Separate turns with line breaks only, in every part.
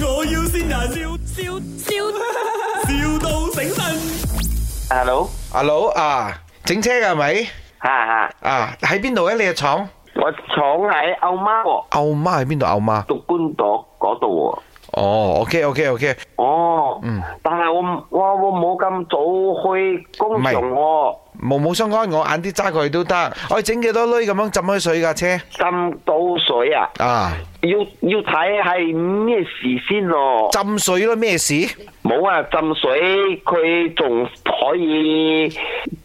要先人，笑笑笑，,笑到醒神。
Hello，
Hello 啊，整車嘅係咪？
吓吓，
啊，喺邊度咧？你嘅廠？
我廠喺歐媽喎，
牛媽喺邊度？牛媽？
讀官島嗰度喎。
哦，OK OK OK，
哦，
嗯
但係我唔我我冇咁早去工場喎，
無冇相干，我晏啲揸過去都得。我整幾多鐳咁樣浸開水架車
浸到水啊，
啊？
要要睇係咩事先咯。
浸水咯，咩事？
冇啊，浸水佢仲可以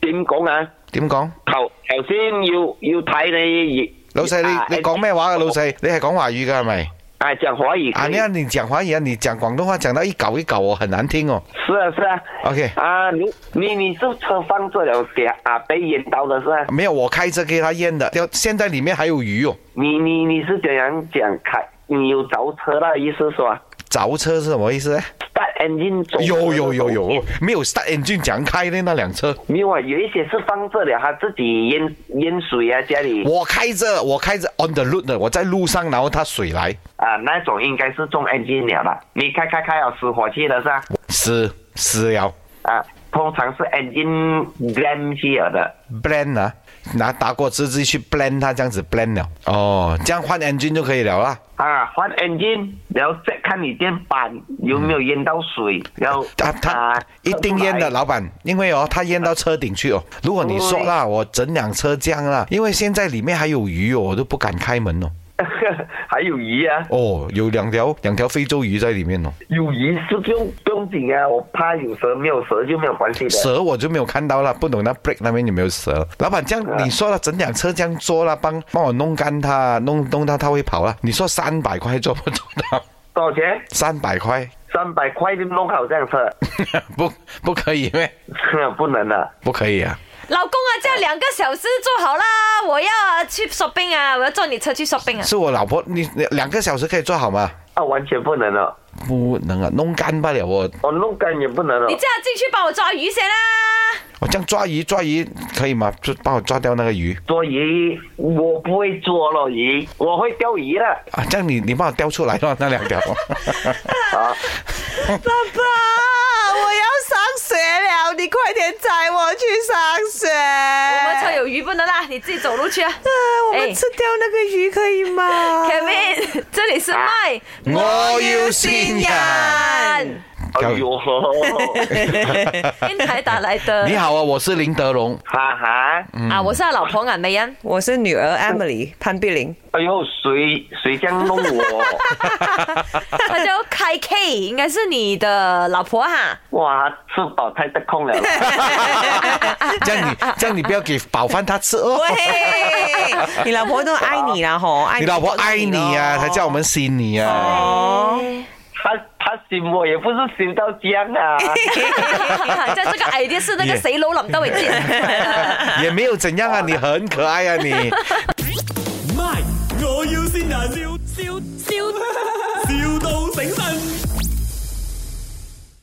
點講啊？
點講？
頭頭先要要睇你
老細，
啊
你你講咩話嘅？老細，你係講華語嘅係咪？
啊，就可以。
啊，你啊，你講華語啊，你講廣東話講到一嚿一嚿哦，很難聽哦。
是啊是啊。
OK
啊，你你你是车放这了给啊被淹到的是吧？
沒有，我開車給他淹的，就現在裡面還有魚哦。
你你你是怎样讲开？你有着车的意思是吧
着車是什麼意思呢？
？Start engine 走。
有有有。有，沒有 start engine 講開的那輛車。
没有啊，有一些是放这了，他自己淹淹水啊，家里
我开着，我开着 on the road 的，我在路上，然后它水来，
啊那种应该是中 engine 了啦。你开开开了失火气了是吧？
死死了
啊，通常是 engine jam 起了的。
，blend 啊，拿打果汁自己去 blend 它，这样子 blend 了，哦，这样换 engine 就可以了啦。
啊，换 engine，然后再看你电板有没有淹到水，然后
啊，它一定淹
了。
的，老板，因为哦，它淹到车顶去哦。如果你说啦，我整辆车这样啦，因为现在里面还有鱼哦，我都不敢开门哦。
还有鱼啊，
哦，有两条两条非洲鱼在里面哦，
有鱼是不用不用紧啊，我怕有蛇，没有蛇就没有关系的。
蛇我就没有看到了，不懂那 break 那边有没有蛇。老板，这样你说了，整辆车这样做了，帮帮我弄干它，弄弄它它会跑了。你说三百块做不做到？
多少钱？
三百块
三百块就弄好这辆车，
不不可以咩？
不能了。
不可以啊！
老公啊，这样两个小时做好啦，我要啊去 shopping 啊，我要坐你车 去 shopping 啊。
是我老婆，你你两个小时可以做好吗？
啊，完全不能了，
不能啊，弄干不了我。
我弄干也不能啊了
你。这样进去帮我抓鱼先啦。
我这样抓鱼抓鱼可以吗？就帮我抓掉那个鱼
捉鱼我不会捉了鱼，我会钓鱼的。
啊！这样你你帮我叼出来咯，那两条。
啊，
爸爸，我要上学了，你快点载我去上学。
我们车
啊
有鱼不能啦，你自己走路去啊。
我们吃掉那个鱼可以 吗
Kevin，这里是麦，
我要先人。
哎呦，
电台打来 的。
你好啊，我是林德龙。
哈哈，
啊，我是他老婆啊，美恩。
我是女儿 Emily 潘碧玲，
哎呦，谁谁这样弄我？
他叫开 K，应该是你的老婆啊哈。
哇，吃饱太得空了。
这样你这样你不要给饱饭他吃哦。
喂， 你老婆都爱你啦吼，爱
你老婆爱你啊，才叫我们信你啊。
哦。
他他醒我也不是醒到江啊，
在这个 idea 是那个谁楼冷到伟进。
也没有怎样啊，你很可爱啊你。
My，我要先人，笑笑